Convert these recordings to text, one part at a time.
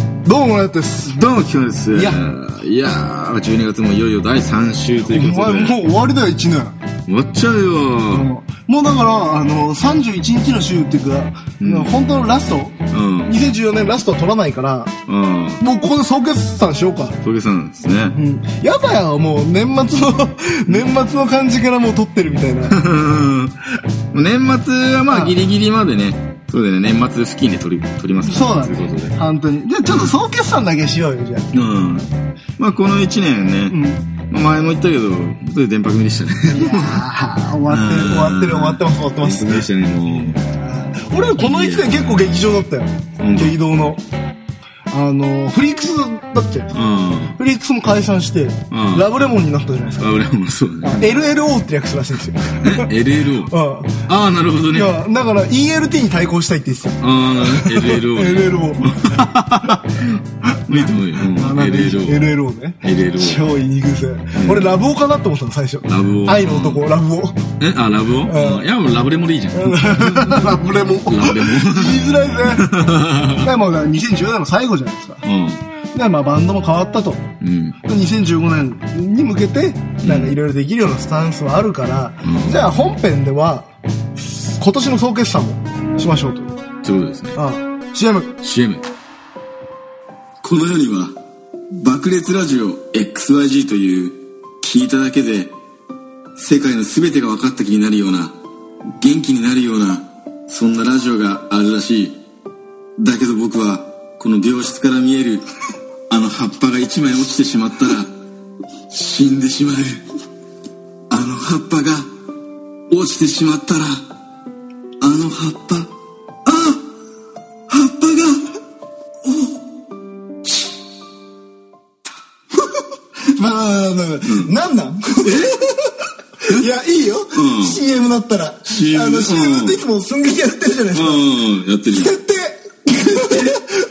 ーです。どうも、キョです。いやいやー、12月もいよいよ第3週とおいうこ前とで。もう終わりだよ、1年。終わっちゃうよもうもうだから、あの、31日の週っていうか、ん本当のラスト、うん。 2014年ラスト取らないから、うん。もうここで総決算しようか。峠さんですね。うん。やだよ、もう年末 の、年末の感じからもう撮ってるみたいな。 うん年末はまうあんギリギリまでね、そうだよね、年末付近で撮り、撮りますからそうだということで。本当に。じゃあちょっと総決算だけしようよ、じ ゃあ。うん。まあこの1年ね、うん。いまあ前も言ったけど、本当に電波組でしたね。やー、終わってる、終わってる、終わってます、終わってま電波す組。でしたね、も俺この1年結構劇場だったよ、うん劇道のあのフリークスだってう。うん。フリークスも解散して、んラブレモンになったじゃないですかあ、俺もそうだね。 LLO って略すらしいんですよ。え LLO。う ああ、なるほどん。いね。あや、だから ELT に対抗したいって言ってたよ。あー、LLO ね。 LLO。いいと思うよ。うんあなんか LLO。 LLO ね。 LLO。超言いにくいぜ。俺ラブオかなって思ったの、最初。ラブオ愛の男、ラブオ。え、あ、ラブをんいや、もうラブレモでいいじゃん。ララブレモン。 言ブレいづらいぜ。 でも2010年の最後じゃないですか。モ。で、まあバンドも変わったと。うん。うん。 2015年に向けてなんかいろいろできるようなスタンスはあるから、うんじゃあ本編では今年の総決算もしましょうというということですね。あ CM CM この世には爆裂ラジオ XYG という聞いただけで世界の全てが分かった気になるような元気になるようなそんなラジオがあるらしいだけど僕はこの病室から見えるあの葉っぱが一枚落ちてしまったら死んでしまうあの葉っぱが落ちてしまったらあの葉っぱ葉っぱがまあ、なんなん いや、いいよ。うん CM だったら。 CM あの、CM っていつも寸劇やってるじゃないですか。うん、やってる。設定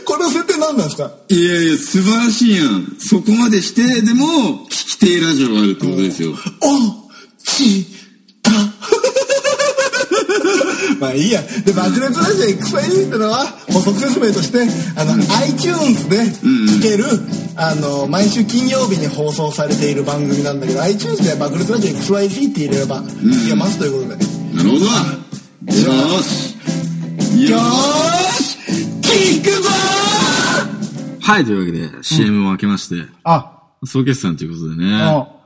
この設定なんなんですかいやいや、素晴らしいやん。そこまでして、でも、聞き手ラジオがあるってことですよ。おちた まあいいや。で、爆裂ラジオ XYZ ってのは、補足説明として、あの、iTunes で聴ける、あの、毎週金曜日に放送されている番組なんだけど、iTunes で爆裂ラジオ XYZ って入れれば、聞けますということで。なるほどな。よーし。よーし聞くぞーはい、というわけで、CM を開けまして、あ、総決算ということでね。ああ、も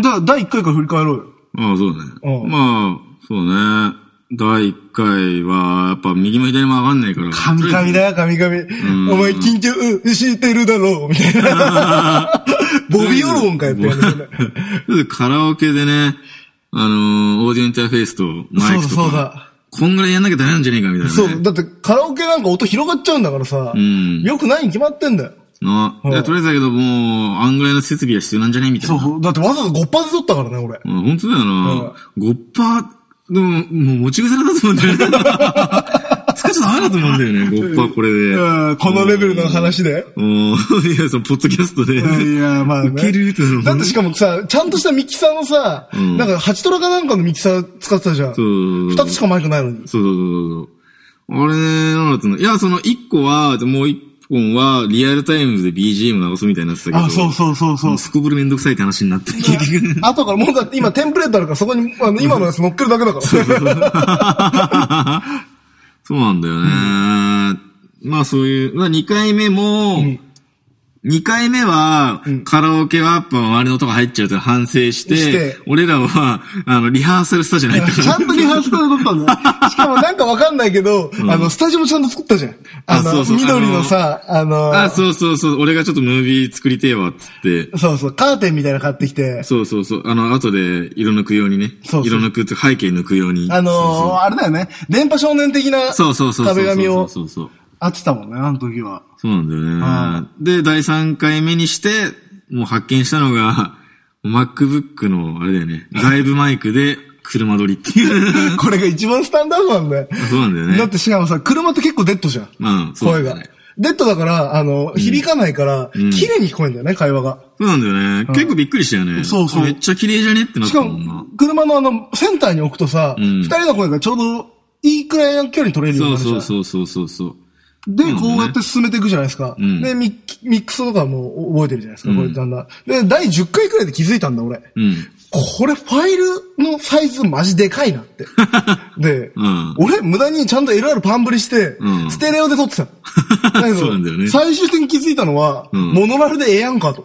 うだ、第1回から振り返ろうよ。あ、そうだうね。んまあ、そうね。第1回は、やっぱ右も左も上がんないから。神々だよ、神々。お前、緊張してるだろう、みたい な。ボビーオロゴンかやってるんだよね。とりあえずカラオケでね、あのー、オーディオインターフェースとマイクとか。そうだそうだこんぐらいやんなきゃダメなんじゃねえかみたいな、ね。そう、だってカラオケなんか音広がっちゃうんだからさ、んよくないに決まってんだよ。な。いや、とりあえずだけど、もう、あんぐらいの設備は必要なんじゃないみたいな。そう、だってわざわざ5発で撮ったからね、俺。うん、本当だよな。ゴッパー、でも、もう持ち癖だと思うんだ よね。使っちゃダメだと思うんだよね、ゴッパーこれで。うん、このレベルの話で。もう、いや、その、ポッドキャストで。いや、まあ、ね、ウケるってなるだってしかもさ、ちゃんとしたミキサーのさ、んなんか、ハチトラかなんかのミキサー使ってたじゃん。そう二そうつしかマイクないのに。そうそう。あれね、なんだったのいや、その、一個は、もう一本は、リアルタイムで BGM 流すみたいになってたけど。そうそうそうもう。すこぶるめんどくさいって話になって、結局。あとから、もうだって今テンプレートあるから、そこに、あの、今のやつ乗っけるだけだから。 そうなんだよね。まあそういう、まあ2回目も、2回目は、カラオケはやっぱ周りの音が入っちゃうと反省して、して俺らは、あの、リハーサルしたじゃないってちゃんとリハーサルだったんだ よ。しかもなんかわかんないけど、あの、スタジオもちゃんと作ったじゃん。あの、そうそう緑のさ、あの、あ、そうそうそう、俺がちょっとムービー作りてえわ、つって。そうそう、カーテンみたいなの買ってきて、そうそうそう、あの、後で色抜くようにね。そうそう色抜くって背景抜くように。あのー、あれだよね、電波少年的なそうそうそうそう。壁紙をそうそうそう。あってたもんね、あの時は。そうなんだよね。で、第3回目にして、もう発見したのが、MacBook の、あれだよね、外部マイクで車撮りっていう。 これが一番スタンダードなんだよ。そうなんだよね。だってしかもさ、車って結構デッドじゃん。うん、そうなん声だがよね。。デッドだから、あの、響かないから、綺麗に聞こえんだよね、会話が。そうなんだよね。結構びっくりしたよね。そうそうめっちゃ綺麗じゃねってなっしかたもんもな。、車のあの、センターに置くとさ、ん二人の声がちょうどいいくらいの距離取れるようそにうなるじゃん。そうそうそうそうそう。で、こうやって進めていくじゃないですか。んでミッキ、ミックスとかも覚えてるじゃないですか、これだんだん。で、第10回くらいで気づいたんだ、俺。 うん。これファイルのサイズマジでかいな って。で、うん俺無駄にちゃんと LR パンブリして、うんステレオで撮ってたの。 だけどそうなんだよね最終的に気づいたのは、んモノラルでええやんか と。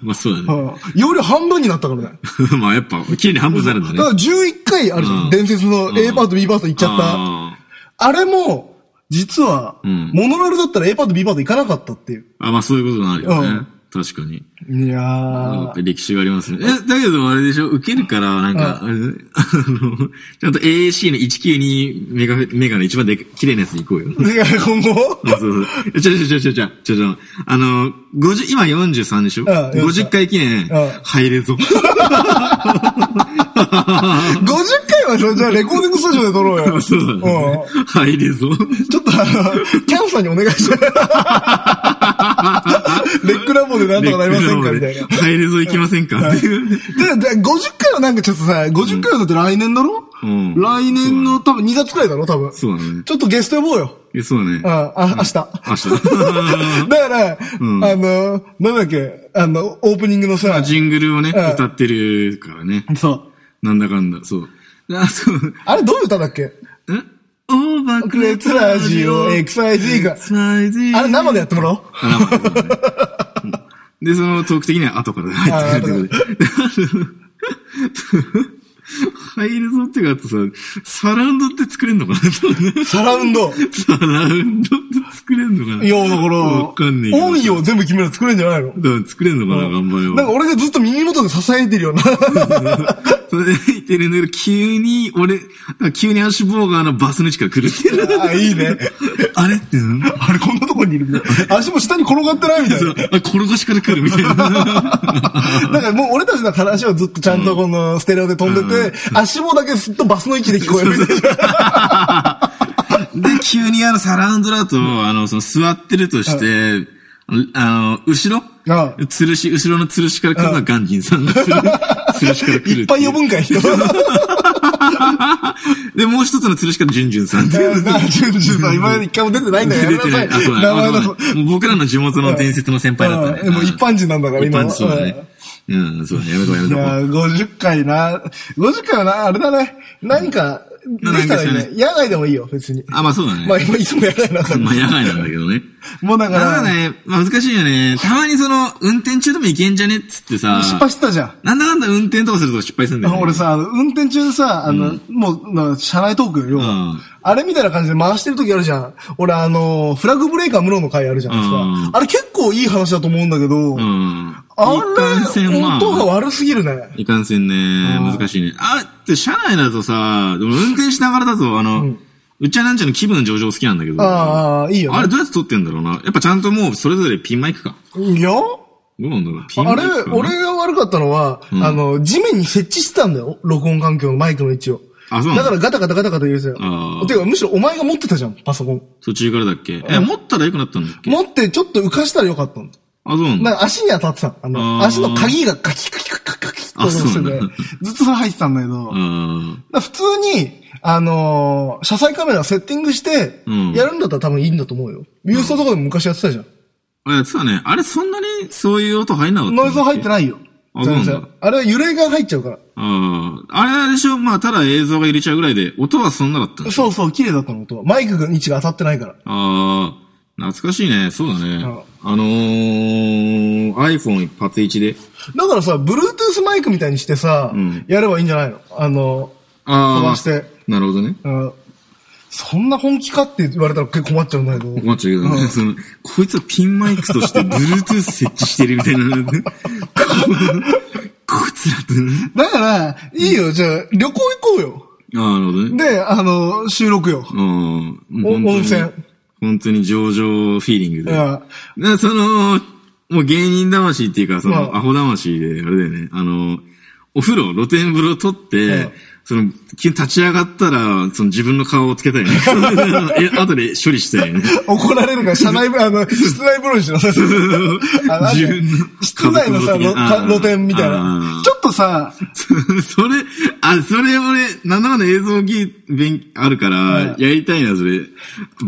まあそうだうね。ん容量半分になったからね。 まあやっぱ、綺麗に半分になるんだだねか。ら11回あるじゃん。うん伝説の A パート、B パート行っちゃった。ああれも、実は、うんモノラルだったら A パート、B パート行かなかったっていう。ーあ、まあそういうことになるよね。確かに。いややーっぱ。歴史がありますね。え、だけどあれでしょ受けるから、なんか、あれ ねあの、ちゃんと AAC の192メガフェ、メガの一番で綺麗なやつに行こう よ。いや、今後そうそうそう。ちょちょちょちょちょちょ、あの、50、今43でしょ、ん43 ?50 回記念、ん入 れぞ。 50回はそうじゃあレコーディングスタジオで撮ろうよ。そうだね。入れぞ。ちょっとあの、キャンさんにお願いして。レックラボでなんとかなりませんかみたいな。入れぞ行きませんかっていう。で、で50回はなんかちょっとさ、50回はだって来年だろ、うん来年の多分2月くらいだろ多分。そうだねちょっとゲスト呼ぼうよ。えそうだねうん、。あ、明日。だ明日。 から、あの、なんだっけ、あの、オープニングのさ、ジングルをね、うん歌ってるからね。そう。なんだかんだ、そう。あ、そう。んあれどういう歌だっけオーバークレツラジオ XYZ が XYZ。あれ生でやってもらおう。あ生でねうんで、そのトーク的には後から入ってくるってことで。入るぞってか、あとさ、サラウンドって作れんのかなサラウンド。サラウンドって作れんのかないや、だから、わかんねえけど音域を全部決めるの作れんじゃないのだから作れんのかな頑張れなんかよ。俺がずっと耳元で支えてるよ うな。それで言ってるんだけど、急に、俺、急にアッシュボーガーのバスの位置から来るっていう。あ、いいね。あれってなあれこんなとこにいるみたいな。足も下に転がってないみたいそうな。あ、転がしから来るみたいな。だからもう俺たちの話はずっとちゃんとこのステレオで飛んでて、足もだけすっとバスの位置で聞こえるみたい で、急にあの、サラウンドだと、あの、その、座ってるとして、あの、後ろああ吊るし、後ろの吊るしから来るのはガンジンさん が吊る吊るしからな。来るてういっぱい呼ぶんかい、人。で、もう一つの吊るしからジュンジュンさんってい う。なあ、ジュンジュンさん、今まで一回も出てないんだよ。出やめてななさい。い。あ、そうだ名前あの。そうだもう僕らの地元の伝説の先輩だったうね。んもう一般人なんだから、一今般は。人そうだね。うん、そうだね。やめとこうやめいとこやう。ー、50回な。50回はな、あれだね。何か、できたらいいなんね。か野外でもいいよ、別に。あ、まあそうだね。 まあ、今いつも野外なんだからまあ、野外なんだけどね。もうだか、だかららね、まあ難しいよね。たまにその、運転中でもいけんじゃねっつってさ。失敗してたじゃん。なんだかんだ運転とかすると失敗するんだよ、ね。俺さ、あの運転中さ、あの、もうな、車内トークよ、んあれみたいな感じで回してる時あるじゃん。俺、あの、フラグブレーカー無論の回あるじゃないですか。うんあれ結構いい話だと思うんだけど、うん。あいかんせれ、んまあ音が悪すぎるね。いかんせんね、難しいね。あ、って車内だとさ、でも運転しながらだと、あの、うっちゃなんちゃの気分上々好きなんだけど。ああ、いいよあれね。どうやって撮ってんだろうな。やっぱちゃんともうそれぞれピンマイクか。いやどうなんだろう。ピンマあイクれかな。、俺が悪かったのは、あの、地面に設置してたんだよ。録音環境のマイクの位置を。あそうなだのからガタガタガタガタ言うてたあよ。ーてか、むしろお前が持ってたじゃん、パソコン。途中からだっけえ、持ったら良くなったんだっけ持ってちょっと浮かしたらよかったの。あ、そうなんなんだ。か足に当たってたの。あの、あー足の鍵がカキカキカキカキカキって音がしてあそうてなんだ、ずっとそれ入ってたんだけど、だうかん。ら普通に、あのー車載カメラセッティングしてうん、やるんだったら多分いいんだと思うよ。郵送とかでも昔やってたじゃん。あ、やってたね。あれそんなにそういう音入んなかったんだっノけイズ入ってないよ。あそうなんだ全然あれは揺れが入っちゃうから。ああ。あれあれでしょまあ、ただ映像が入れちゃうぐらいで、音はそんなだっ たんだそうそう、綺麗だったの、音は。マイクの位置が当たってないから。ああ、懐かしいね。そうだね。ああのー、iPhone 一発一で。だからさ、Bluetooth マイクみたいにしてさ、んやればいいんじゃないのあの、あ飛ばして。なるほどね。うんそんな本気かって言われたら結構困っちゃうんだけど。困っちゃうけどね。その、こいつはピンマイクとして Bluetooth 設置してるみた いな。ここいつらってね。だから、いいよ、じゃあ、旅行行こうよ。ああ、なるほどね。で、あの、収録よ。うおん。本当に温泉。本当に上々フィーリングで。うんなその、もう芸人魂っていうか、その、うんアホ魂で、あれだよね。あの、お風呂、露天風呂取って、その、急に立ち上がったら、その自分の顔をつ けたいね。え、後で処理したいね。怒られるから、社内ブ、あの、 室内ブローしろ、さ自分の室内のさ、家族露の露店あー露店みたいあなー。ちょっとさ、それ、あ、それ俺、なんだかんだ映像技、勉、あるからう、んやりたいな、それ。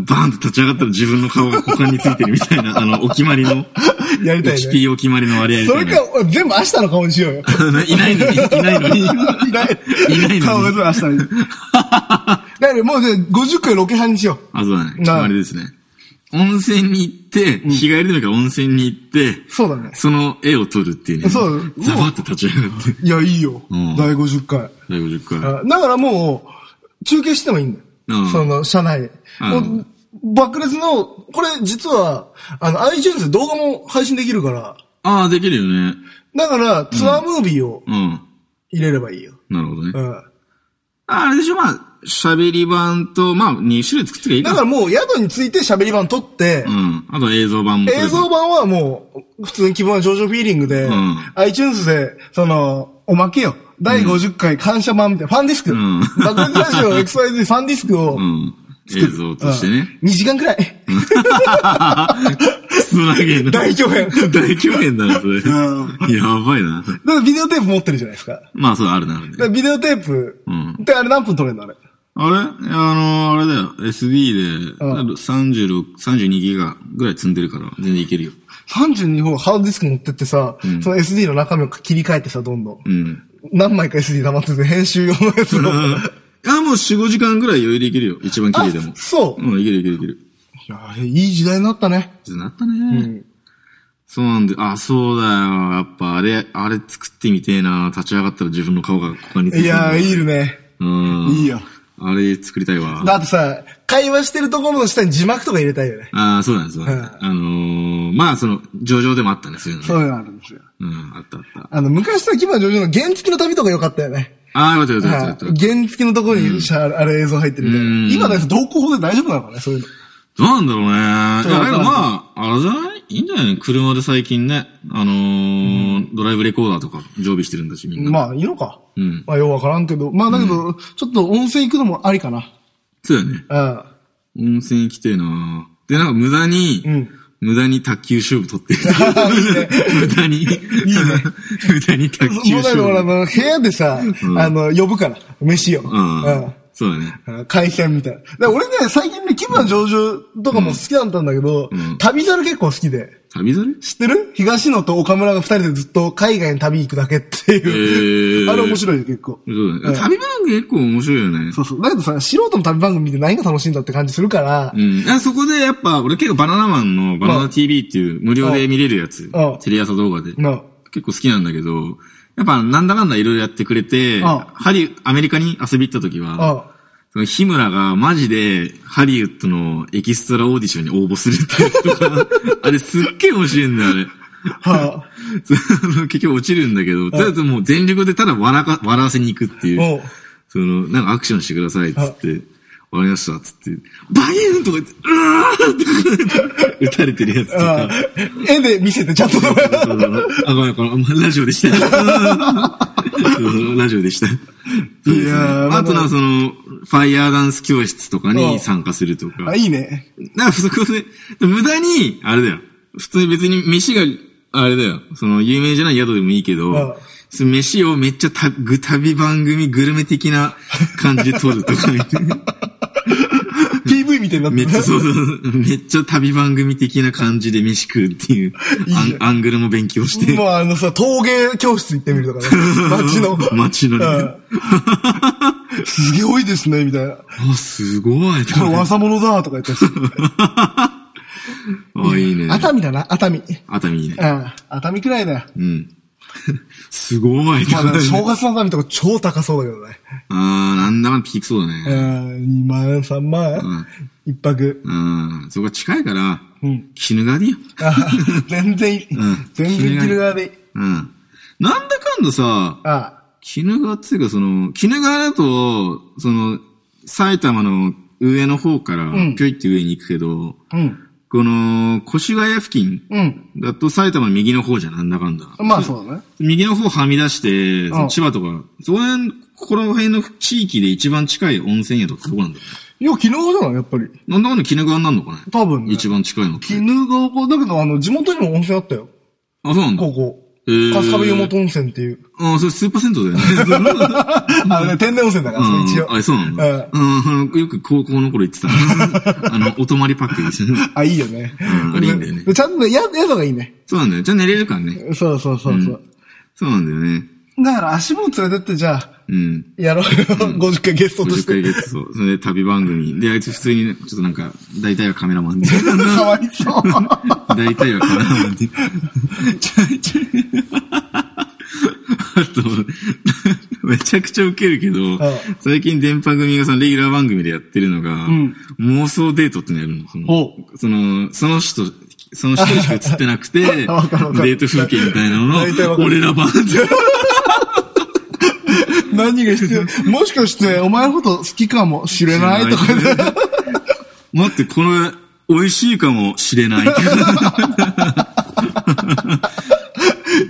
バーンと立ち上がったら自分の顔が股間についてるみたいな、あの、お決まりの。 やりたいね HP お決まりの割合それみたいなか、俺全部明日の顔にしようよ。 いないのに、いないのに。いいない。ない顔のがに。全部明日に。 だからもうね、50回ロケハンにしよあ、そうだね。なあれですね。温泉に行って、日帰りでもいいから温泉に行って、そうだねその絵を撮るっていうね。そうザバッと立ち上がって。う。いや、いいよ。うん第50回。第50回。あだからもう、中継してもいいんだよ。うんその、社内で。うんもう爆裂の、これ実は、あの、iTunes で動画も配信できるから、ああ、できるよね。だから、ツアームービーをうん。入れればいいよ。なるほどねう。ん。ああれでしょ、まあ、喋り版と、まあ、2種類作ってりゃいいだか。からもう宿について喋り版撮って、うん。あと映像版も撮れば。映像版はもう、普通に希望の上昇フィーリングで、うん iTunes で、その、おまけよ。第50回感謝版みたいな、ファンディスク。ん爆裂ラジオ XYZ ファンディスクを、うん。映像としてね。 2時間くらい。つなげる。大巨編。 大巨編だな、それ。やばいな。だからビデオテープ持ってるじゃないですか。だかまあ、そう、あるな、あるね。らビデオテープ、うんで、あれ何分撮れるのあれ。あれあのあれだよ。SD で、うん36、32ギガぐらい積んでるから、全然いけるよ。 32本ハードディスク持ってってさ、その SD の中身を切り替えてさ、どんどん。うん。何枚か SD 溜まってて、編集用のやつを。あ、もう4、5時間ぐらい余裕でいけるよ。一番綺麗でもあ。そう。うん、いけるいけるいける。いや、いい時代になったね。ってなったね。そうなんで、あ、そうだよ。やっぱ、あれ、あれ作ってみてえな。立ち上がったら自分の顔がここについているや、いるね。うん。いいよ。あれ作りたいわ。だってさ、会話してるところの下に字幕とか入れたいよね。ああ、そうなんですよ。そうなんですあのー、まあ、その、上々でもあったね、そういうのね。そういうのあるんですよ。うん、あったあった。あの、昔さ、キム・ジョジョの原付の旅とか良かったよね。ああ、よかったよかったよかはったいよかっ原付のところにしゃ、あれ映像入ってるみたいうんな。今のやつ同行法で大丈夫なのかね、そういうの。た。なんだろうね。いや、でそうもまあ、あれじゃないいいんじゃない車で最近ね、あのー、ドライブレコーダーとか常備してるんだし、みんな。まあ、いいのか。うんまあ、ようわからんけど。まあ、だけど、ちょっと温泉行くのもありかな。そうだよね。うん。温泉行きてえなで、なんか無駄に、ん無駄に卓球勝負取ってる。いいね 無駄に、無駄に卓球そうだ勝よ、あ負。の、部屋でさ、あの、呼ぶから、飯を。うん。そうだね。うん。海鮮みたいな。だから俺ね、最近ね、気分上々とかも好きだったんだけど、旅猿結構好きで。旅猿知ってる東野と岡村が二人でずっと海外に旅行くだけっていへう。ーあれ面白いよ、結構。そうだうんね。旅番組結構面白いよねそ。うそう。だけどさ、素人の旅番組見て何が楽しいんだって感じするからう、ん。あそこでやっぱ、俺結構バナナマンのバナナ TV っていう無料で見れるやつうん。テレ朝動画で。な、結構好きなんだけど、やっぱなんだかんだいろいろやってくれうて、んハリ、アメリカに遊び行った時は、あ、その日村がマジでハリウッドのエキストラオーディションに応募するってやつとか、 あれすっげえ面白いんだよ、あれ。はあ、 その結局落ちるんだけど、とりあえずもう全力でただ笑か、笑わせに行くっていおうう。その、なんかアクションしてください、つって。わかりました、つって。バギーンとか言って、うわーって、撃たれてるやつとあかあ。絵で見せてちゃんと。そうそうそうあ、ごめん、この、ラジオでした。そうラジオでした。そうですねーあとな、その、ファイヤーダンス教室とかうにん参加するとかあ、。いいね。なんかそこで、無駄に、あれだよ。普通に別に飯が、あれだよ。その、有名じゃない宿でもいいけうんど、その飯をめっちゃたグ旅番組グルメ的な感じで撮るとか みたいな。 PV みたいになってめっるちゃ、そうそうそうめっちゃ旅番組的な感じで飯食うっていう、いいねアンアングルも勉強して。もうあのさ、陶芸教室行ってみるとかね。街の。街のねうんすげえ多いですね、みたいな。こ あ、すごい。れ技物だ、とか言ってあ、いいね。熱海だな、熱海。熱海いいねう。ん。熱海くらいだよ。うん。 すごい。まあ、あ正月の熱海とか超高そうだけどね。 あー、なんだかんだピークそうだね。うん、2万、3万、一泊。うん。そこが近いから、うん。絹がりよ。あ全然いい、ん全然着る側でいい。うん。なんだかんださ、あ絹川っていうかその、絹川だと、その、埼玉の上の方から、んぴょいって上に行くけど、あうん。この、越谷付近うん。だと埼玉の右の方じゃんなんだかんだ。まあそうだね。右の方はみ出して、そのうん千葉とか、そこら辺ここら辺の地域で一番近い温泉宿ってどこなんだろいや、絹川じゃないやっぱり。うなんだかんだ鬼怒川になるのかね多分ね一番近いのって。絹川、だけど、あの、地元にも温泉あったよ。あ、そうなんだ。ここ。へー春日部湯本温泉っていう。あ、それスーパー銭湯だよね。あのね、天然温泉だから、それ一うん、応。あ、そうなんだ。うん、よく高校の頃言ってた。あの、お泊まりパックですね。あ、いいよね。うん、あれいいんだよね。でちゃんとね、や、宿がいいね。そうなんだよ。じゃあ寝れるからね。そうそうそうそう。そうなんだよね。だから足も連れてって、じゃあ、うん。やろうよ。50回ゲストとし50て回。ゲット、そう。それで旅番組。で、あいつ普通にね、ちょっとなんか、大体はカメラマンで。かわいそう。大体はカメラマンで。ち ょちょあと、めちゃくちゃウケるけどああ、最近電波組がそのレギュラー番組でやってるのが、ん妄想デートってのやるの。そのおその、その人、その人しか映ってなくて、デ わかるわかるート風景みたいなの大体わかの、る俺ら版って何が必要もしかして、お前のこと好きかもしれないとか言って。待って、これ、美味しいかもし れない。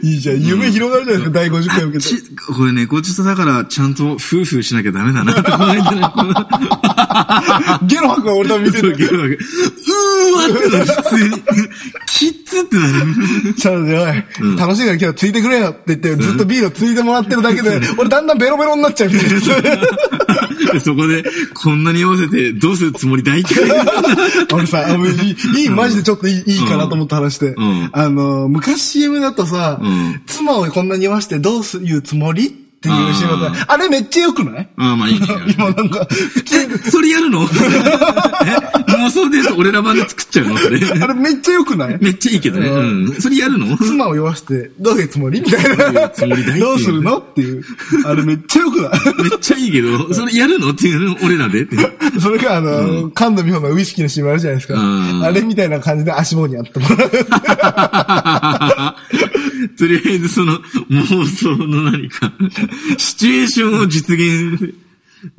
いいじゃん。夢広がるじゃないですか、第50回受けて。ちこれ猫舌だから、ちゃんと夫婦しなきゃダメだなって思いながら、ゲロ吐くの俺多分見てそう、る。ゲロ吐くうーわってなる、普通に。キッズってなる。ちゃうじゃない。楽しいから今日はついてくれよって言って、ずっとビールをついてもらってるだけで、俺だんだんベロベロになっちゃうみたいな。でそこで、こんなに合わせて、どうするつもり大嫌い俺さ、あのいい、いい、マジでちょっといい、いいかなと思って話して。んあの、昔 CM だとさ、うん妻をこんなに言わしてどうすいうつもりっていう CM だっあた。あれめっちゃ良くないああ、まあいいね。今なんか、普通にえ、それやるの え妄想デート俺ら版で作っちゃうのそれ。あれめっちゃ良くないめっちゃいいけどね。うん。それやるの妻を酔わして、どういうつもりみたいな。つもりだいっていうどうするのっていう。あれめっちゃ良くないめっちゃいいけど、それやるのっていうの俺らでって。 それがあの、菅野美穂のウイスキーの CM あるじゃないですか。うんあれみたいな感じで足棒にあってもらう。とりあえずその妄想の何か、シチュエーションを実現、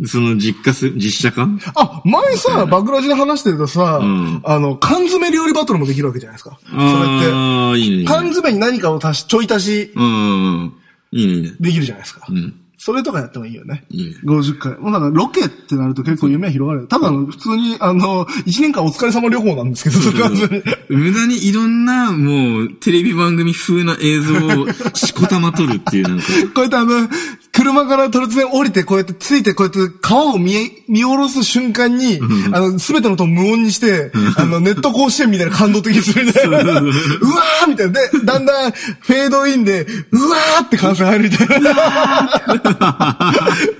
その実家す、実写化あ、前さ、バクラジで話してたさ、んあの、缶詰料理バトルもできるわけじゃないですか。それって。ああ、いいねいいね。缶詰に何かを足し、ちょい足しうん。いいねいいね。できるじゃないですか。んそれとかやってもいいよね。いいね50回。もうなんかロケってなると結構夢は広がる。ただあの、普通に、あの、1年間お疲れ様旅行なんですけど、それ完全に。無駄にいろんな、もう、テレビ番組風な映像をしこたま撮るっていう、 なんか。こうやってあの、車から突然降りて、こうやってついて、こうやって川を見え、見下ろす瞬間に、あの、すべての音を無音にして、あの、ネット甲子園みたいな感動的にするみた いな。うわーみたいな。で、だんだん、フェードインで、うわーって感想入るみたいな。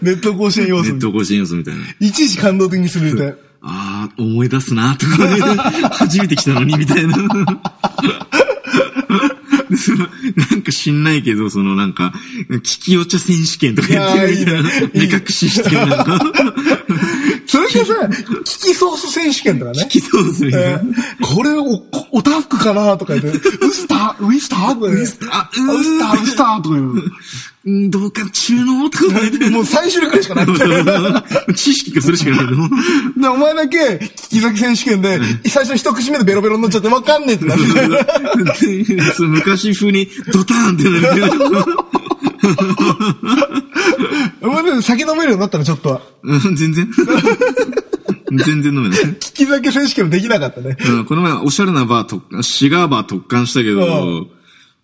ネット甲子園要ネ素ッ。ト更新要素みたいな。いちいち感動的にするみたいな。ああ、思い出すな、とか、ね、 初めて来たのに、みたいな。 でそのなんか知んないけど、そのなんか、聞きお茶選手権とかやってるみたいいなやーいいね、い目いね隠ししてるなん か、それがさ、聞きソース選手権とかね。聞きそうするみたいえな。ーこれお、おタフクかなとか 言って、ウスター、ウィスターとか言って。ウスあ、ター、ウうスターとか言う。ーん、どうか中脳とか言って。もう最終力しかないみたいな。 知識がそれしかないの。で、お前だけ、聞き先選手権で、最初の一口目でベロベロになっちゃってわかんねえってなる。そう昔風にドターンってなるけど。お前ね、酒飲めるようになったの、ちょっとは。うん 全然。全然飲めない。聞き酒選手権もできなかったね。うんこの前、おしゃれなバー特貫、シガーバー特貫したけど、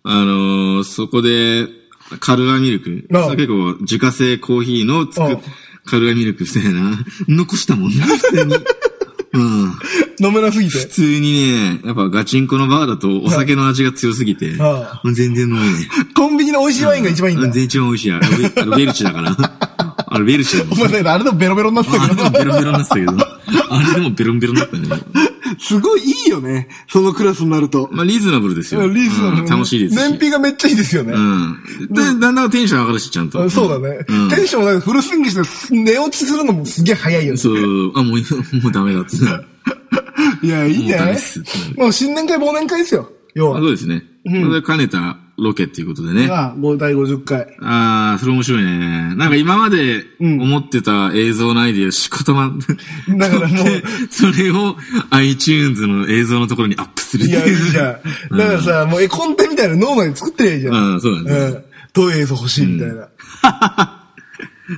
うんあのーそこで、カルアミルク、うん結構自家製コーヒーのつうんく、カルアミルクみたいな、残したもんね、普通に。うん、飲めなすぎて。普通にね、やっぱガチンコのバーだとお酒の味が強すぎて、あもう全然飲めない。コンビニの美味しいワインが一番いいんだ全。然一番美味しいや。あ れベあれベルチだから。あれベルチだもんお。前ね、あれでもベロベロになってたあけれどでも。ベロンベロンになってたけど。あれでもベロンベロンだったね。すごいいいよね。そのクラスになると。まあリーズナブルですリよ。ーズナブうルん楽しいですし。燃費がめっちゃいいですよね。うん。で、だんだんテンション上がるし、ちゃんと。そうだね。うんテンションがフルスイングして、寝落ちするのもすげえ早いよね。そう、あ、もう、もう ダメだって。いや、いいんじゃなもうダメいっすもう新年会忘年会ですよ。要あはそ。うですね。それで兼ねたロケっていうことでね。が、5第50回。ああ、それ面白いね。なんか今までん思ってた映像のアイディア仕事ま、だからもうでそれを iTunes の映像のところにアップするっいてや、いいいう。じゃん。だからさ、もう絵コンテみたいなの脳内で作ってりゃいいじゃん。うん、そうだうね。ん。どういう映像欲しいみたいな。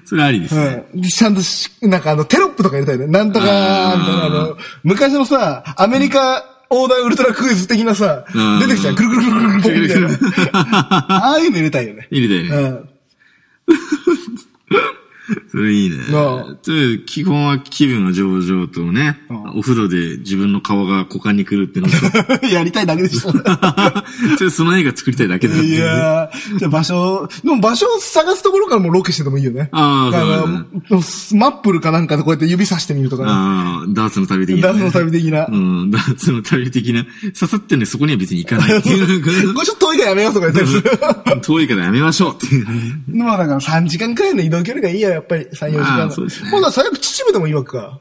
それありですね。うん。ちゃんとし、なんかあの、テロップとか入れたいね。なんとかあーみたいな、あの、昔のさ、アメリカオーダーウルトラクイズ的なさうん、出てきちゃう。くるくるくるくるくるみたいな。 ああいうの入れたいよね。入れたうよね。ん。 それいいねああ。という基本は気分の上々とね、お風呂で自分の顔が股間に来るって いうのやりたいだけで した。がそれその映画作りたいだけだっていいうやー、じゃあ場所、でも場所を探すところからもうロケしててもいいよね。あーだからそうだねマップルかなんかでこうやって指さしてみるとかね。ああ、ダーツの旅的な、ダンスの旅的な。うこん、ダーツの旅的な。刺さってるのにそこには別に行か ないっていう。れちょっと遠いからやめようとか言ったりする。遠いからやめましょうっていうね。でもだから3時間くらいの移動距離がいいよ、やっぱり。3、4時ま間あそうですねほんなら最悪秩父でもいいわけか。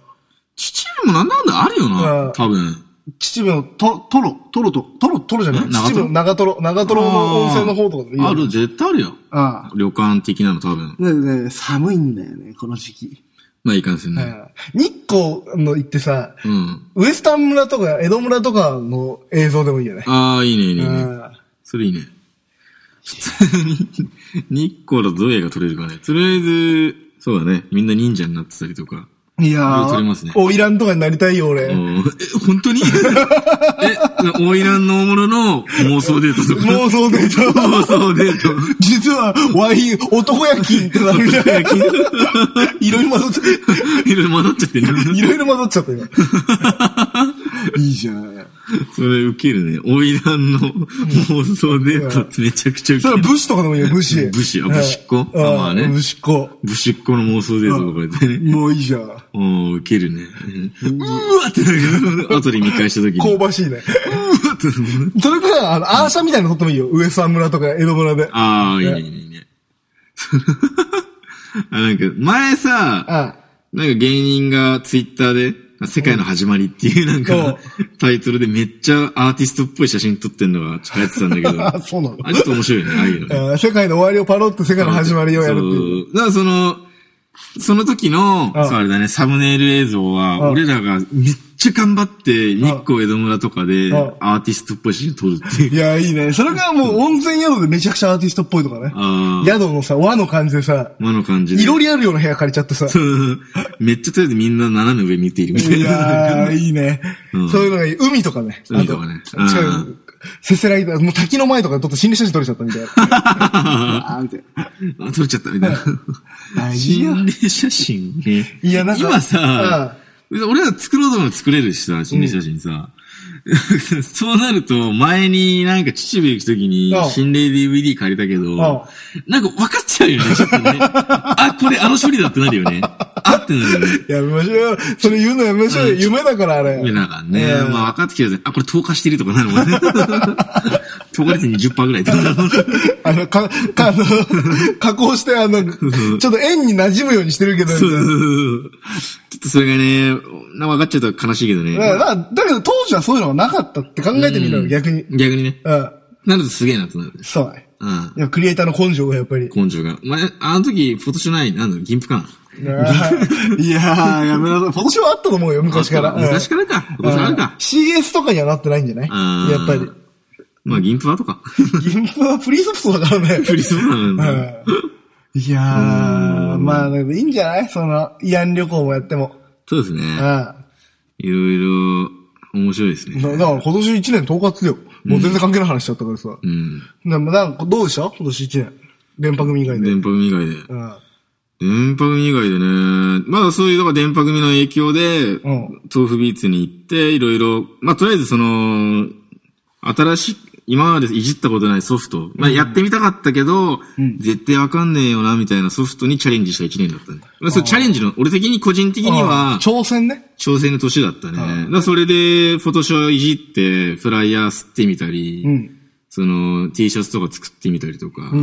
秩父もなんだかんだあるようんな、多分。秩父のトトロ、トロと、トロ、トロじゃないえ長秩瀞父の長トロ、長トロの温泉の方とかでいいよある、絶対あるよ。ああ旅館的なの多分。ねえねえ寒いんだよね、この時期。まあいいかんせんうね。ん日光の行ってさ、うん。ウエスタン村とか江戸村とかの映像でもいいよね。ああ、いいね、いいね、いいね。あそれいいね。普通に、日光だとどう映画撮れるかね。とりあえず、そうだね。みんな忍者になってたりとか。ーいや撮れますねー、オイランとかになりたいよ、う俺。んえ、本当にえ、オイランの大物の妄想デートとか。妄想でと、妄想デート。実はワイン、男焼きってなるじゃないいろいろ混ざっちゃっいろいろ混ざっちゃってる。た、いろいろ混ざっちゃった 今。いいじゃん。それウケるね。オイランの妄想デートってめちゃくちゃウケそれはる。武士とかでもいいよ、武士。武士あうん武士っ子うんあまあね武士っ子。ぶしっこの妄想デートとかでね。もういいじゃん。おー、ウケるね。うんうわってなんか、後で見返した時に。香うわばしい ね。ってそれから、あの、アーシャみたいなの撮ってもいいよ。上沢村とか江戸村で。ああ、いいね、いいね、いいね。 あ、なんか、前さ、あなんか芸人がツイッターで、世界の始まりっていうなんか、タイトルでめっちゃアーティストっぽい写真撮ってんのが、ちょっと流行ってたんだけど。あ そうなのあ、ちょっと面白いね、ああいうのね。うん世界の終わりをパロって世界の始まりをやるっていう。そうだからその、その時の、ああそうあれだね、サムネイル映像は、あ俺らがめっちゃ頑張って、日光江戸村とかであ、アーティストっぽい写真撮るっていう。いや、いいね。それがもう温泉宿でめちゃくちゃアーティストっぽいとかね。ああ、宿のさ、和の感じでさ、間の感じで。いろりあるような部屋借りちゃってさ。うんめっちゃとりあえずみんな斜め上見ているみたいいやな。ー、 いいね。うんそういうのがいい。海とかね。海とかねあと近うく、せせらぎだ。もう滝の前とかで撮って心理写真撮れちゃったみたいな。 あーみたいな。あ撮れちゃったみたいな。大事よ心。霊写真ね。いやなんか今さあ、俺ら作ろうとも作れるしさ、心霊写真さ。そうなると、前になんか秩父行くときにああ心霊 DVD 借りたけどああ、なんか分かっちゃうよね、ちょっとね。あ、これあの処理だってなるよね。あってなるよね。やめましょうよ。それ言うのやめましょうよ。夢だから、あれ。夢だからね。うんまあ分かってきてるあ、これ透過してるとかなるもん ね。透過率20%ぐらいってなる。あの、 か、か、あの、加工して、あの、ちょっと円に馴染むようにしてるけど、そうちょっとそれがね、なんか分かっちゃうと悲しいけどね。だからまあ、だけど当時はそういうのがなかったって考えてみるの、逆に。逆にね。うん。なるとすげえなってなる。そうね。うん。でもクリエイターの根性がやっ ぱり。根性が。前、あの時、フォトショーない、なんだろう、銀プかな。いやー、やめなさい。今年はあったと思うよ、昔から。あ昔からか。うん昔からうんか。 CS とかにはなってないんじゃないうんやっぱり。。まあ、銀プは とか。銀行 はフリーソフトだからね。プリソナなんだ。うんいやー、まあ、いいんじゃないその、慰安旅行もやっても。そうですうん。ね。だいろいろ、面白いですだね。から今年1年統括よ。もう全然関係ない話しちゃったからさ。うん。ななんかどうでした今年1年。連泊組以外で。電波組以外で。うん。電波組以外でね。まあ、そういう、だから電波組の影響でん、豆腐ビーツに行って、いろいろ、まあ、とりあえずその、新しい、今までいじったことないソフト。まあ、やってみたかったけど、絶対わかんねえよな、みたいなソフトにチャレンジした一年だったね。まあ、そう、チャレンジの、俺的に個人的には、挑戦ね。挑戦の年だったね。だからそれで、フォトショーいじって、フライヤー吸ってみたり、んその、T シャツとか作ってみたりとか、も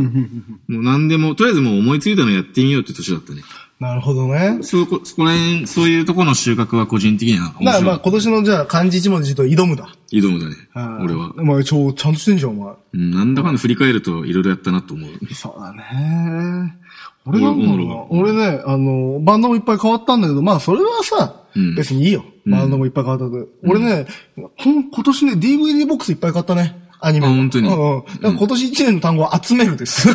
う何でも、とりあえずもう思いついたのやってみようって年だったね。なるほどね。そこ、そこら辺、そういうところの収穫は個人的には面だからま白あい。今年のじゃあ漢字一文字と挑むだ。挑むだねうん。俺は。お前ちょ、ちゃんとしてんじゃん、お前。うんなんだかんだ振り返るといろいろやったなと思う。 そうだね。俺なんだ俺ろうな。俺ね、あの、バンドもいっぱい変わったんだけど、まあそれはさ、別にいいよ。バンドもいっぱい変わったけど。俺ね、こん今年ね、DVD ボックスいっぱい買ったね。アニメの。あ本当に うんうん。だから今年1年の単語は集めるです。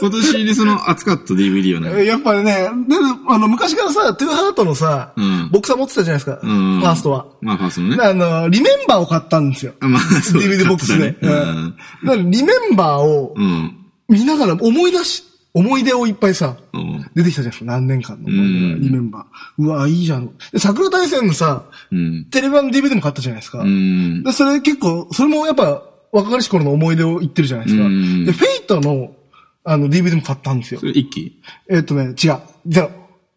今年でその熱かった DVD をね。やっぱりね、であの、昔からさ、トゥーハートのさ、んボクサー持ってたじゃないですか、うんファーストは。まあ、ファーストのねで。あの、リメンバーを買ったんですよ。あまあ、そう DVD ボックス買で。ってうたねん。だからリメンバーをうん。見ながら思い出し、思い出をいっぱいさ、うん出てきたじゃないですか、何年間の思い出がうんリメンバー。うわ、いいじゃん。で桜大戦のさ、うん。テレビ版の DVD も買ったじゃないですか。うん。で、それ結構、それもやっぱ、若かりし頃の思い出を言ってるじゃないですか。うんで、フェイトの、あの、DVD も買ったんですよそ。れ一気えっとね、違う。ゼロ。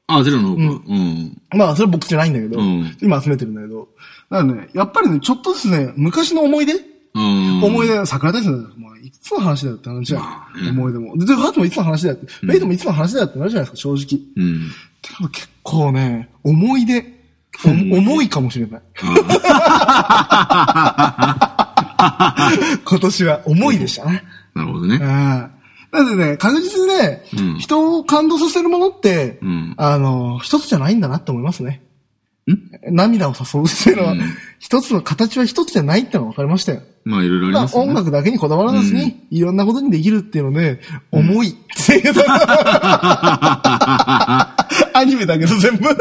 あ、ゼロの方か。うん。まあ、それ僕じゃないんだけど、うん今集めてるんだけど。だからね、やっぱりね、ちょっとずつね、昔の思い出、うん。思い出、桜大戦だよ。もういつの話だよって話じゃん。思い出も。で、ハートもいつの話だよって。フェイトもいつの話だよってなるじゃないですか、正直。うん。ってこと結構ね、思い出、お重いかもしれない。今年は重いでしたね。 なるほどね。ああ。なんでね、確実にね、うん人を感動させるものって、うんあの、一つじゃないんだなって思いますね。ん涙を誘うっていうのは、うん一つの形は一つじゃないってのが分かりましたよ。まあ、いろいろありままあ、すよね。音楽だけにこだわらずに、いろんなことにできるっていうので、重いっていう アニメだけど全部。はい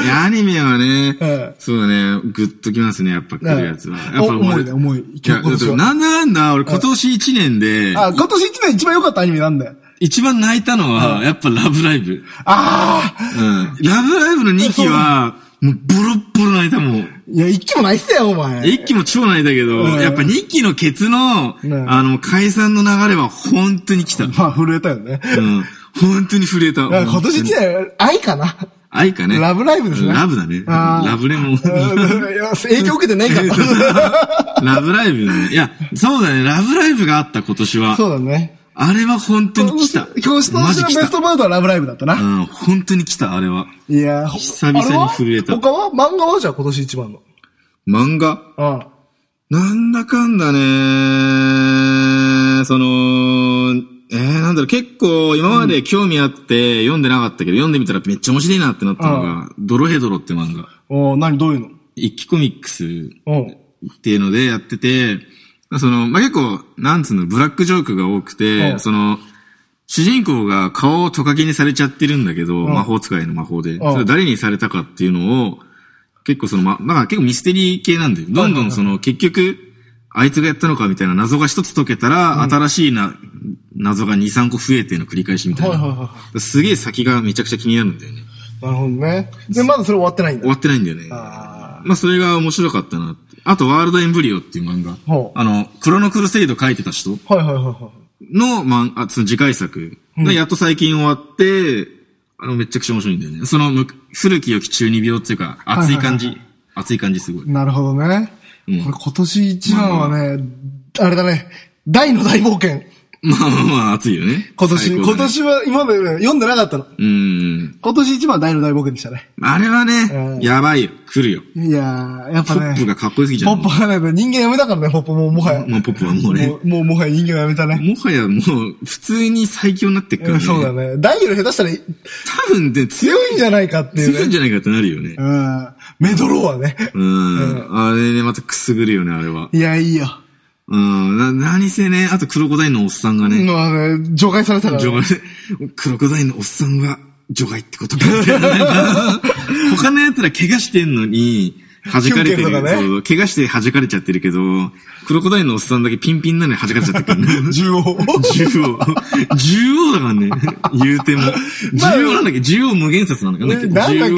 いやアニメははいね、そうだね、グッときますね、やっぱ来るやつは。やっぱお重いね、重い。いや、だってなんだなんだ、俺今年一年で、あ、今年一年一番良かったアニメなんだよ。一番泣いたのは、やっぱラブライブ。ああうん。ラブライブの2期は、もうボロッボロ泣いたもん。いや、一期もないっすよ、お前。一期も超泣いたけど、うんやっぱ2期のケツの、ねあの、解散の流れは本当に来た。うん。まあ、震えたよね。本当に震えた。だから今年一年、愛か な。愛かね。ラブライブですね。ラブだね。あーラブレモ うン。んいや影響受けてない から。ラブライブね。いや、そうだね。ラブライブがあった今年は。そうだね。あれは本当に来た。教室のマベジ来スた。トバウトはラブライブだったうな。ん、本当に来た、あれは。いや、久々に震えたあれは他は漫画はじゃあ今年一番の。漫画。あなんだかんだね、その、えー、なんだろう、結構今まで興味あって読んでなかったけど、読んでみたらめっちゃ面白いなってなったのが、ドロヘドロって漫画。お何どういうの一気コミックスっおうていうのでやってて、その、まあ、結構、なんつうの、ブラックジョークが多くうて、んその、主人公が顔をトカゲにされちゃってるんだけど、魔法使いの魔法で。それは誰にされたかっていうのを、結構その、ま、なんか結構ミステリー系なんだよ。どんどんその、結局、あいつがやったのかみたいな謎が一つ解けたら、新しいな、謎が2、3個増えての繰り返しみたいはいはいはいな。すげえ先がめちゃくちゃ気になるんだよね。なるほどね。で、まだそれ終わってないん終だ。わってないんだよね。あまあ、それが面白かったなって。あと、ワールドエンブリオっていう漫画ほ。うあの、クロノクルセイド書いてた人はいはいはいはい。の、まあ、その次回作がやっと最近終わって、あの、めちゃくちゃ面白いんだよね。その、む古き良き中二病っていうか、熱い感じ。熱い感じすごい。なるほどね。うんこれ今年一番はね、あれだね、大の大冒険。まあまあまあ、熱いよね。今年、最今高だね。年は今まで、ね、読んでなかったの。うん。今年一番は大の大冒険でしたね。あれはうんね、やばいよ。来るよ。いやー、やっポぱね。ップがかっこよすぎちゃポう。ップがね、人間やめたからね、ポップもうもはや。まあ、ポップはもうねも。う、もうもはや人間やめたね。もはやもう、普通に最強になってっからね。そうだね。ダイエル下手したら多分ね、強い、強いんじゃないかって強いいうんね。じゃないかってなるよね。うん。メドローはね。うん。あれね、またくすぐるよね、あれは。いや、いいよ。うん。な、何せね、あとクロコダインのおっさんがね、のはね、除外されたから除ね。外、クロコダインのおっさんは除外ってことかみたいな。 他の奴ら怪我してんのに、弾かれてキュンキュンる、とかねそう怪我して弾かれちゃってるけど、クロコダインのおっさんだけピンピンなのに弾かれちゃってるからね。重王。縦横。縦横だからね。言うても。縦横なんだっけ縦横無限説なんだかねなんだっけな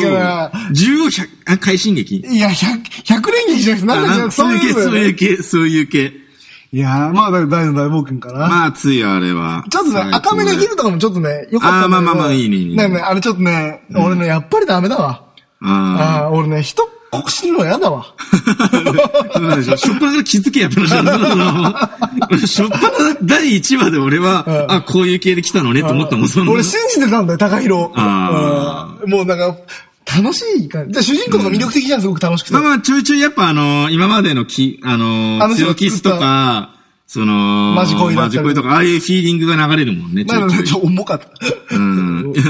縦横百、あ、快進撃。いや、百、百連撃じゃなくて、あなんなだんっかけ、そそうういうい系、うのだよね。そういう系、そういう系。いやー、まあ、だから大の大冒険かな。まあ、熱いよ、あれは。ちょっとね、最高赤目の昼とかもちょっとね、よかったんだけど。あーまあまあまあいいねいいねねね、あれちょっとね、俺ね、やっぱりダメだわ。あああー、俺ね、人、こ死ぬの嫌だわ。あ。そうなんでしょ。しょっぱなから気づけやって話なんだしょっぱな第1話で俺は、あ、こういう系で来たのねと思ったもん、その。俺信じてたんだよ、高弘。あうんもうなんか、楽しい感じ。で主人公が魅力的じゃん、すごく楽しくてまあ。まあ、ちょいちょいやっぱあのー今までのき、あのーあの人強が作ったキスとか、その、マジ恋だマっジたり恋とか、ああいうフィーリングが流れるもんね。なのちょで、いちちょょっと重かった。いうん。 いや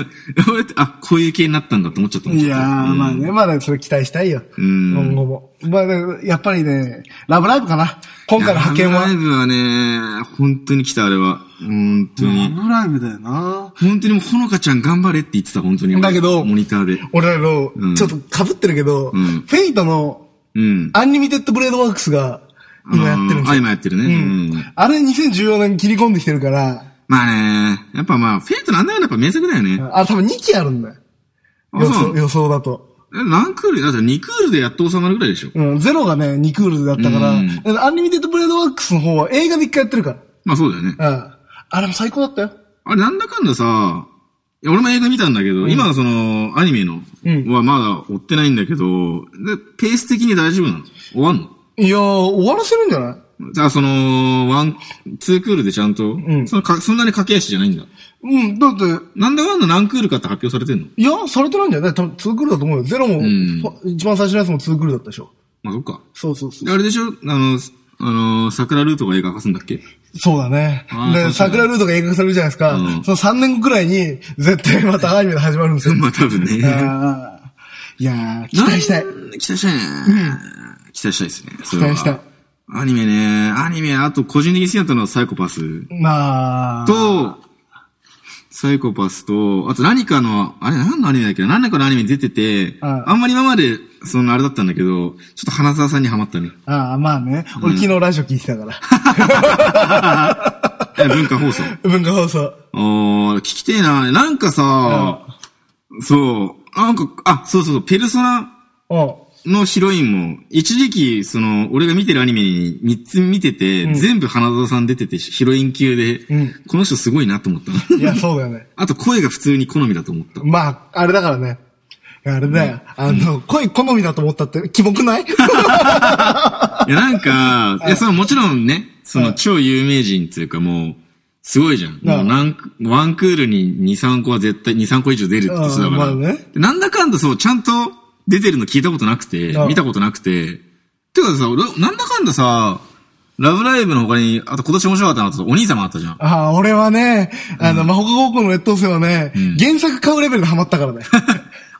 俺ってあ、こういう系になったんだと思っちゃったもんいやー、まあね、まだそれ期待したいよ。ん今後も。まあ、だからやっぱりね、ラブライブかな。今回の派遣ラはイ。ブはね、本当に来た、あれは。本当ラに。ブライブだよな。本当にもうほのかちゃん頑張れって言ってた、本当に。だけどモニターで。俺らのん、ちょっと被ってるけど、んフェイトのうん。アンリミテッドブレードワークスが今やってるんですあ、よ。今やってるね。うん。あれ2014年に切り込んできてるから、まあね、やっぱまあ、フェイトなんだかんだやっぱ名作だよね。あれ多分2期あるんだよ。あ予そ想う予想だと。何クールだって2クールでやっと収まるぐらいでしょ。うん、ゼロがね、2クールだったから、うんだからアンリミテッドブレードワークスの方は映画で一回やってるかまあそうだよね。ら。うん。あれも最高だったよ。あれなんだかんださ、いや俺も映画見たんだけど、今のその、アニメのうんはまだ追ってないんだけど、で、ペース的に大丈夫なの終わんのいやー、終わらせるんじゃないじゃあ、その、ワン、ツークールでちゃんと、んそのかそんなに駆け足じゃないんだ。うん、だって、なんだかんだ何クールかって発表されてんのいや、されてないんじゃない多分2クールだと思うよ。ゼロも、ん一番最初のやつも2クールだったでしょ。まあ、そっか。そうそうそう。であれでしょあの、あの、桜ルートが映画化すんだっけ そうだねあー。そうそうで、桜ルートが映画化されるじゃないですか。うんその3年後くらいに、絶対またアニメで始まるんですよ。まあ、多分ね。あーいやー、期待したい。なん。期待したいね。期待したいですね。期期待したい。アニメね、アニメ、あと個人的に好きだったのはサイコパスまあ、と、サイコパスと、あと何かの、あれ何のアニメだっけな何かのアニメに出てて、あああんまり今まで、そのあれだったんだけど、ちょっと花沢さんにハマったね。ああ、まあね。俺昨日ラジオ聞いて たから。え文化放送。文化放 送。おー、聞きてえな。なんかさ、そう、なんか、あ、そうそうそう、ペルソナおのヒロインも、一時期、その、俺が見てるアニメに3つ見てて、全部花澤さん出てて、ヒロイン級で、んこの人すごいなと思っ た。いや、そうだよね。あと声が普通に好みだと思った。まあ、あれだからね。あれだよ。あの、恋好みだと思ったって、キモくない いや、なんか、いや、その、もちろんね、その、超有名人っていうかもう、すごいじゃん。もうなんかワンクールに2、3個は絶対、2、3個以上出るって人だかあら。ーまあねでなんだかんだそう、ちゃんと出てるの聞いたことなくてあ、ー見たことなくて。てかさ、俺なんだかんださ、ラブライブの他に、あと今年面白かったなと、お兄様あったじゃん。ああ、俺はね、あの、魔法科高校の越冬生はね、原作買うレベルでハマったからね。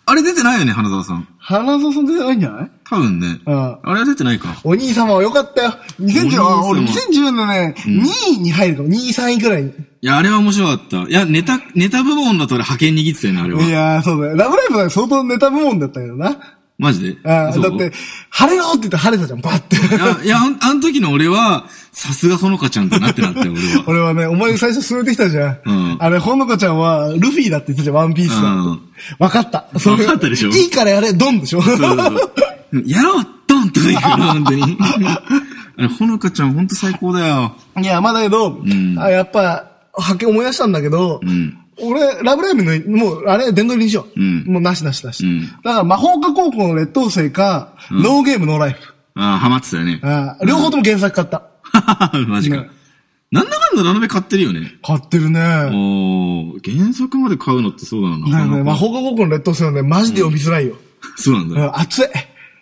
あれ出てないよね、花澤さん。花澤さん出てないんじゃない多分ね。ああれは出てないか。お兄様は良かったよ。2010、あお俺兄2010のね、2位に入るかも。2位、3位くらいに。いや、あれは面白かった。いや、ネタ、ネタ部門だと俺派遣握ってたよね、あれいは。やー、そうだよ。ラブライブは相当ネタ部門だったけどな。マジで。ああそうだって、晴れろって言って晴れたじゃん、バーって。いや、いや、あんあの時の俺は、さすがほのかちゃんだなってなったよ、俺は。俺はね、お前最初勧めてきたじゃん。うんあれ、ほのかちゃんは、ルフィだって言ってたじゃん、ワンピースだって。うん分かった。それ分かったでしょいいからやれ、ドンでしょ。そうそうそうやろうドンとか言うな、本当 に。あれ、ほのかちゃんほんと最高だよ。 いや、まあだけど、んあやっぱ、派遣思い出したんだけど、ん俺、ラブライブの、もう、あれ、殿堂入りにしよう。うんもう、なしなしなし。うんだから、魔法科高校の劣等生か、ノーゲームノーライフ。ああ、ハマってたよね。あ両方とも原作買った。 マジかね。なんだかんだラノベ買ってるよね。買ってるね。おー原作まで買うのってそうだな。だからね、魔なか法科高校の劣等生はね、マジで読みづらいよ。そうなんうだ。ん、熱い。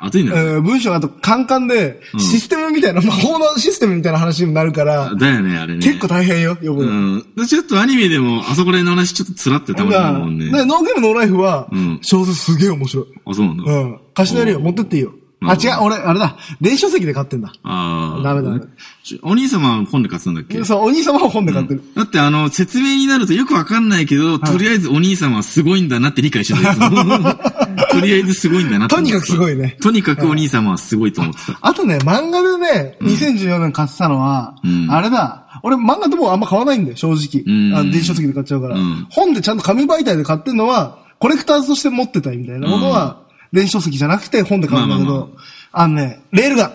熱いんだよ。うん文章があとカンカンで、システムみたいな、魔法のシステムみたいな話になるから、だよね、あれね。結構大変よ、読むうの。ん。でちょっとアニメでも、あそこら辺の話ちょっとつらってたまにあだるもんねだか。らノーゲームノーライフはうん、小説すげえ面白い。あ、そうなんだ。うん。貸してやるよ、持ってっていいよ。あ、違う、俺、あれだ、電子書籍で買ってんだ。ああ。ダメダメちょお兄様は本で買ってたんだっけそう、お兄様は本で買ってる。だってあの、説明になるとよくわかんないけど、とりあえずお兄様はすごいんだなって理解してたいつも とりあえずすごいんだなって思っとにかてたくすごいねとにかくお兄様はすごいと思ってた。あとね、漫画でね、2014年買ってたのは、んあれだ、俺漫画でもうあんま買わないんだよ、正直。うんあの電子書籍で買っちゃうから。うん本でちゃんと紙媒体で買ってんのは、コレクターズとして持ってたいみたいなものは、電子書籍じゃなくて本で買うんだけど、まああまあのね、レールガン。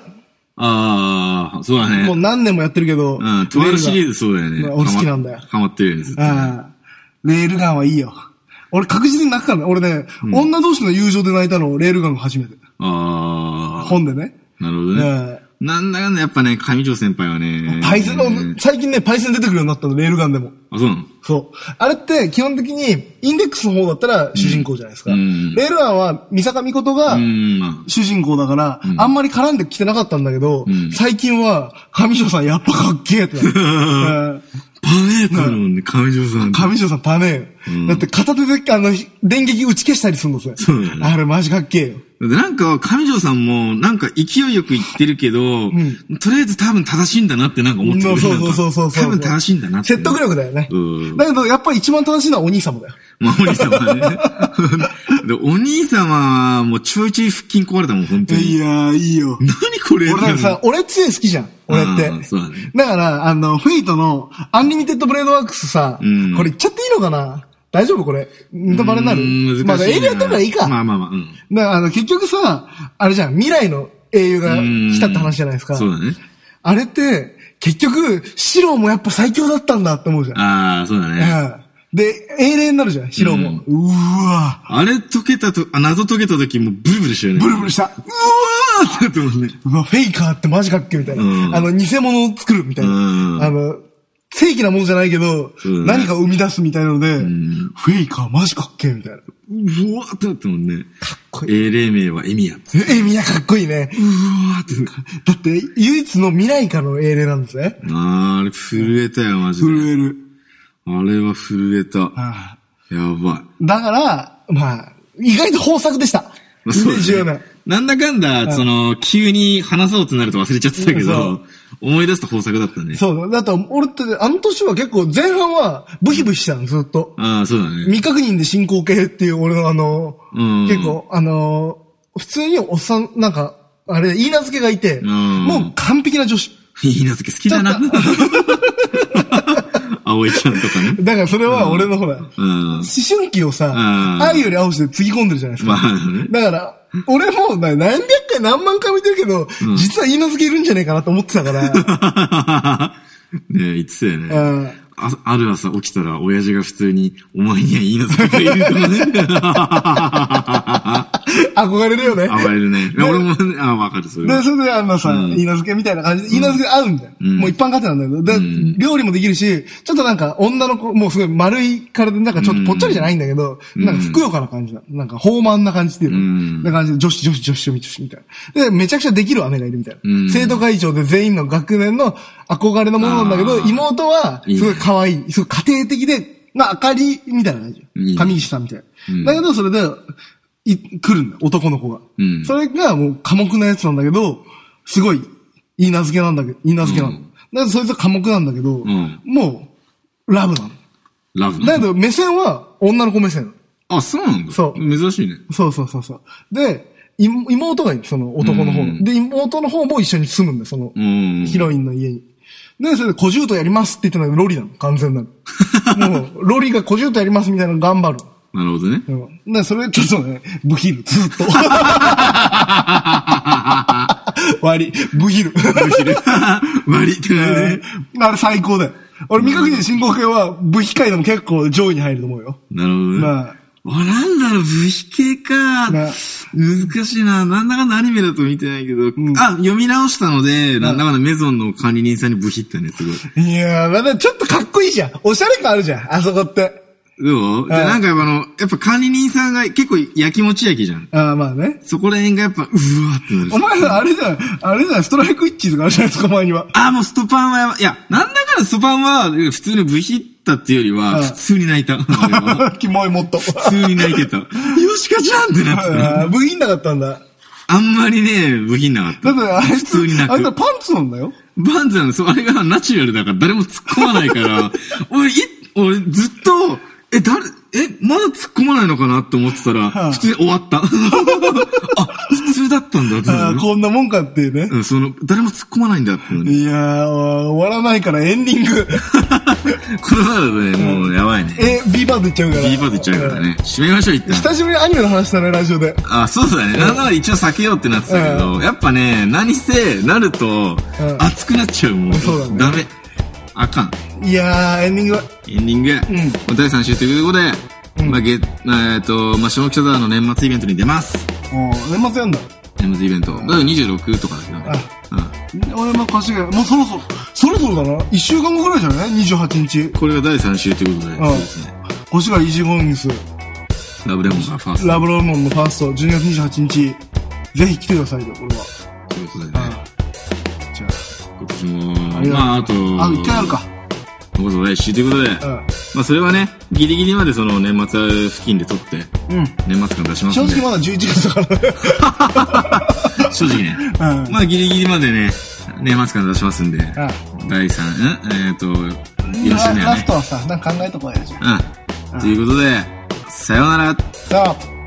ああ、そうだね。もう何年もやってるけど、うん、とあるシリーズ。ズそうだよね。まあ俺好きなんだよハマハマってるよね、ずっとああレールガンはいいよ。俺確実に泣くからね。俺ね、女同士の友情で泣いたのをレールガンが初めて。ああ。本でね。なるほどね。ねなんだかんだやっぱね、上条先輩はね。パイセンの、最近ね、パイセン出てくるようになったの、レールガンでも。あ、そうなのそう。あれって基本的に、インデックスの方だったら主人公じゃないですか。んレールガンは、三坂美琴がうーん、ま主人公だから、あんまり絡んできてなかったんだけど、最近は、上条さんやっぱかっけえってなる うんあ。パネータのね、上条さん。上条さんパネー、だって片手で、あの、電撃打ち消したりするんですよ。そうだよねあれマジかっけえよ。なんか、上条さんも、なんか勢いよく言ってるけど、とりあえず多分正しいんだなってなんか思ってくそる。うそうそうそうそう。多分正しいんだなって。説得力だよねうん。だけど、やっぱり一番正しいのはお兄様だよ。まあ、お兄様ね。で、お兄様はもうちょいちょい腹筋壊れたもん、本当に。やー、いいよ。何これ俺だってさ、俺強い好きじゃん。俺ってあーそうだね。だから、あの、フェイトの、アンリミテッドブレードワークスさ、んこれ言っちゃっていいのかな大丈夫これ。ネタバレになるうーんま難あ、し映いな。画やったからいいか。まあまあまあ、うん。だから、あの、結局さ、あれじゃん、未来の英雄が来たって話じゃないですか。そうだね。あれって、結局、シローもやっぱ最強だったんだって思うじゃん。ああ、そうだね。うんで、英霊になるじゃん、シローも。うわあれ解けたと、あ、謎解けた時もブルブルしたよね。ブルブルした。うあーってなったもんね。わフェイカーってマジかっけみたいな。うんあの、偽物を作るみたいな。うんあの、正規なものじゃないけど、うん何かを生み出すみたいなので、フェイカーマジかっけみたいな。うわーってなったもんね。かっこいいい。英霊名はエミヤ。うえ、えみんなかっこいいね。わーってなだって、唯一の未来からの英霊なんですね。あーあれ震えたよ、マジで。える。あれは震えた。あやあばだから、まあ、意外と豊作でした。い。そう2014だ年ね。なんだかんだ、その、急に話そうとなると忘れちゃってたけそど、思い出すと豊作だったね。そうだ。だって、俺って、あの年は結構前半はブヒブヒしてたの、ずっと。ああ、そうだね。未確認で進行形っていう俺のあの、うん結構、あの、普通におっさん、なんか、あれ、言い名付けがいて、んもう完璧な女子。いいなずけ好きだな。 葵ちゃんとかね。だからそれは俺のほら、思うん。春期をさ、ん愛より青しでつぎ込んでるじゃないですか。まあねだから、俺もな何百回何万回見てるけど、実は言い名付けいるんじゃないかなと思ってたから、ねえ、言ってたよね。うんあある朝起きたら、親父が普通に、お前にはいいなずけがいるとか ね。憧れるよね。暴れるね。俺もね、あわかる、それで、は。それであのさ、ん言い名付けみたいな感じで、言い名付け合うんだよ。もう一般家庭なんだけど。で、料理もできるし、ちょっとなんか女の子、もうすごい丸い体で、なんかちょっとぽっちゃりじゃないんだけど、なんかふくよかな感じだ。なんか豊満な感じっていうの。んな感じで、女子、女子、女子、女子、女子みたいな。で、めちゃくちゃできる姉がいるみたいな。ん生徒会長で全員の学年の憧れのものなんだけどあ、ー妹は、いいねすごい可愛い。すごい家庭的で、まあ、明かり、みたいな感じよいい。ね上岸さんみたいな。だけど、それで、い、来るんだよ、男の子が。うんそれがもう寡黙なやつなんだけど、すごい、いい名付けなんだけど、いい名付けなの。だけど、そいつは寡黙なんだけど、んもう、ラブなの。ラブ。だけど、目線は女の子目線。あ、そうなんだ。そう珍しいね。そうそうそうそう。で、い妹がいる、その男の方の。で、妹の方も一緒に住むんだよ、その、んヒロインの家に。で、それで、小獣とやりますって言ってたのがロリなの、完全 なの。もう、ロリが小獣とやりますみたいなの頑張る。なるほどね。 うん。で、それちょっとね、ブヒル、ずっ と。終わり、ブヒル。マリってね。 あれ最高だよ。俺、未確認進行形は、部費界でも結構上位に入ると思うよ。なるほどね。まああ、なんだろう、部費系か。まあ難しいな。なんだかんだアニメだと見てないけど。あ、読み直したので、なんだかんだメゾンの管理人さんに部費ってね、すごい。いやー、まだちょっとかっこいいじゃん。おしゃれ感あるじゃん、あそこって。どうで、なんかやっぱあの、やっぱ管理人さんが結構焼きもち焼きじゃん。ああ、まあね。そこら辺がやっぱ、うわーってなる。お前ら、あれじゃん、あれじゃん、ストライクイッチとかあるじゃないですか、前には。あ、もうストパンはやばい。いや、なんだからストパンは、普通の部費だっていうよりは、普通に泣いた。 キモいも っと。普通に泣いてた。よしかちゃんってなってた。あー部品なかったんだ。あんまりね、部品なかった。だって、あれ、普通に泣あれだく。パンツなんだよ。バンズなの、そう、あれがナチュラルだから誰も突っ込まない から、俺、い、俺ずっと、え、誰、え、まだ突っ込まないのかなって思ってたら、あ普通に終わ った。あ、普通だったんだってあーこんなもんかっていうね。うん、その、誰も突っ込まないんだってのに。いやー、終わらないからエンディン グ。これまだね、もうやばいね。え、B パートいっちゃうから。ビーバーでいっちゃうからね。締めましょう、一旦。久しぶりにアニメの話したね、ラジオで。あ、そうだね。なんなら一応避けようってなってたけど、やっぱね、何せ、なるとうん、熱くなっちゃうもん。そうだねダメ。あかん。いやー、エンディングは、エンディング、ん第3週ということで、うんまあ、げえーっと、まあ、下北沢の年末イベントに出ます。もう、年末やんだ。年末イベント。だから26とかだけど、あね、、俺も貸しがもうそろそろ、そろそろだな。1週間後ぐらいじゃない ?28 日。これが第3週ということで、んそうですね。越谷イージーゴーイングス、ラブレモンがファーストラブローモンのファースト、12月28日。ぜひ来てくださいよ、これは。ということでね。じゃ今年もあ、あり、がとうまあ、あと、あと1回あるか。残す来週ということで、まあ、それはね、ギリギリまでその年末付近で撮って、うん。うん。年末感出します正んで直、まだ11月だから。正直ね、 うんまあ、ギリギリまでね、年末感出しますんで、第3、んえっ、と、よろしいんだよラねスト。はさ、なんか考えとこうよ、じゃうん。ということで、さようなら。あ。さあ。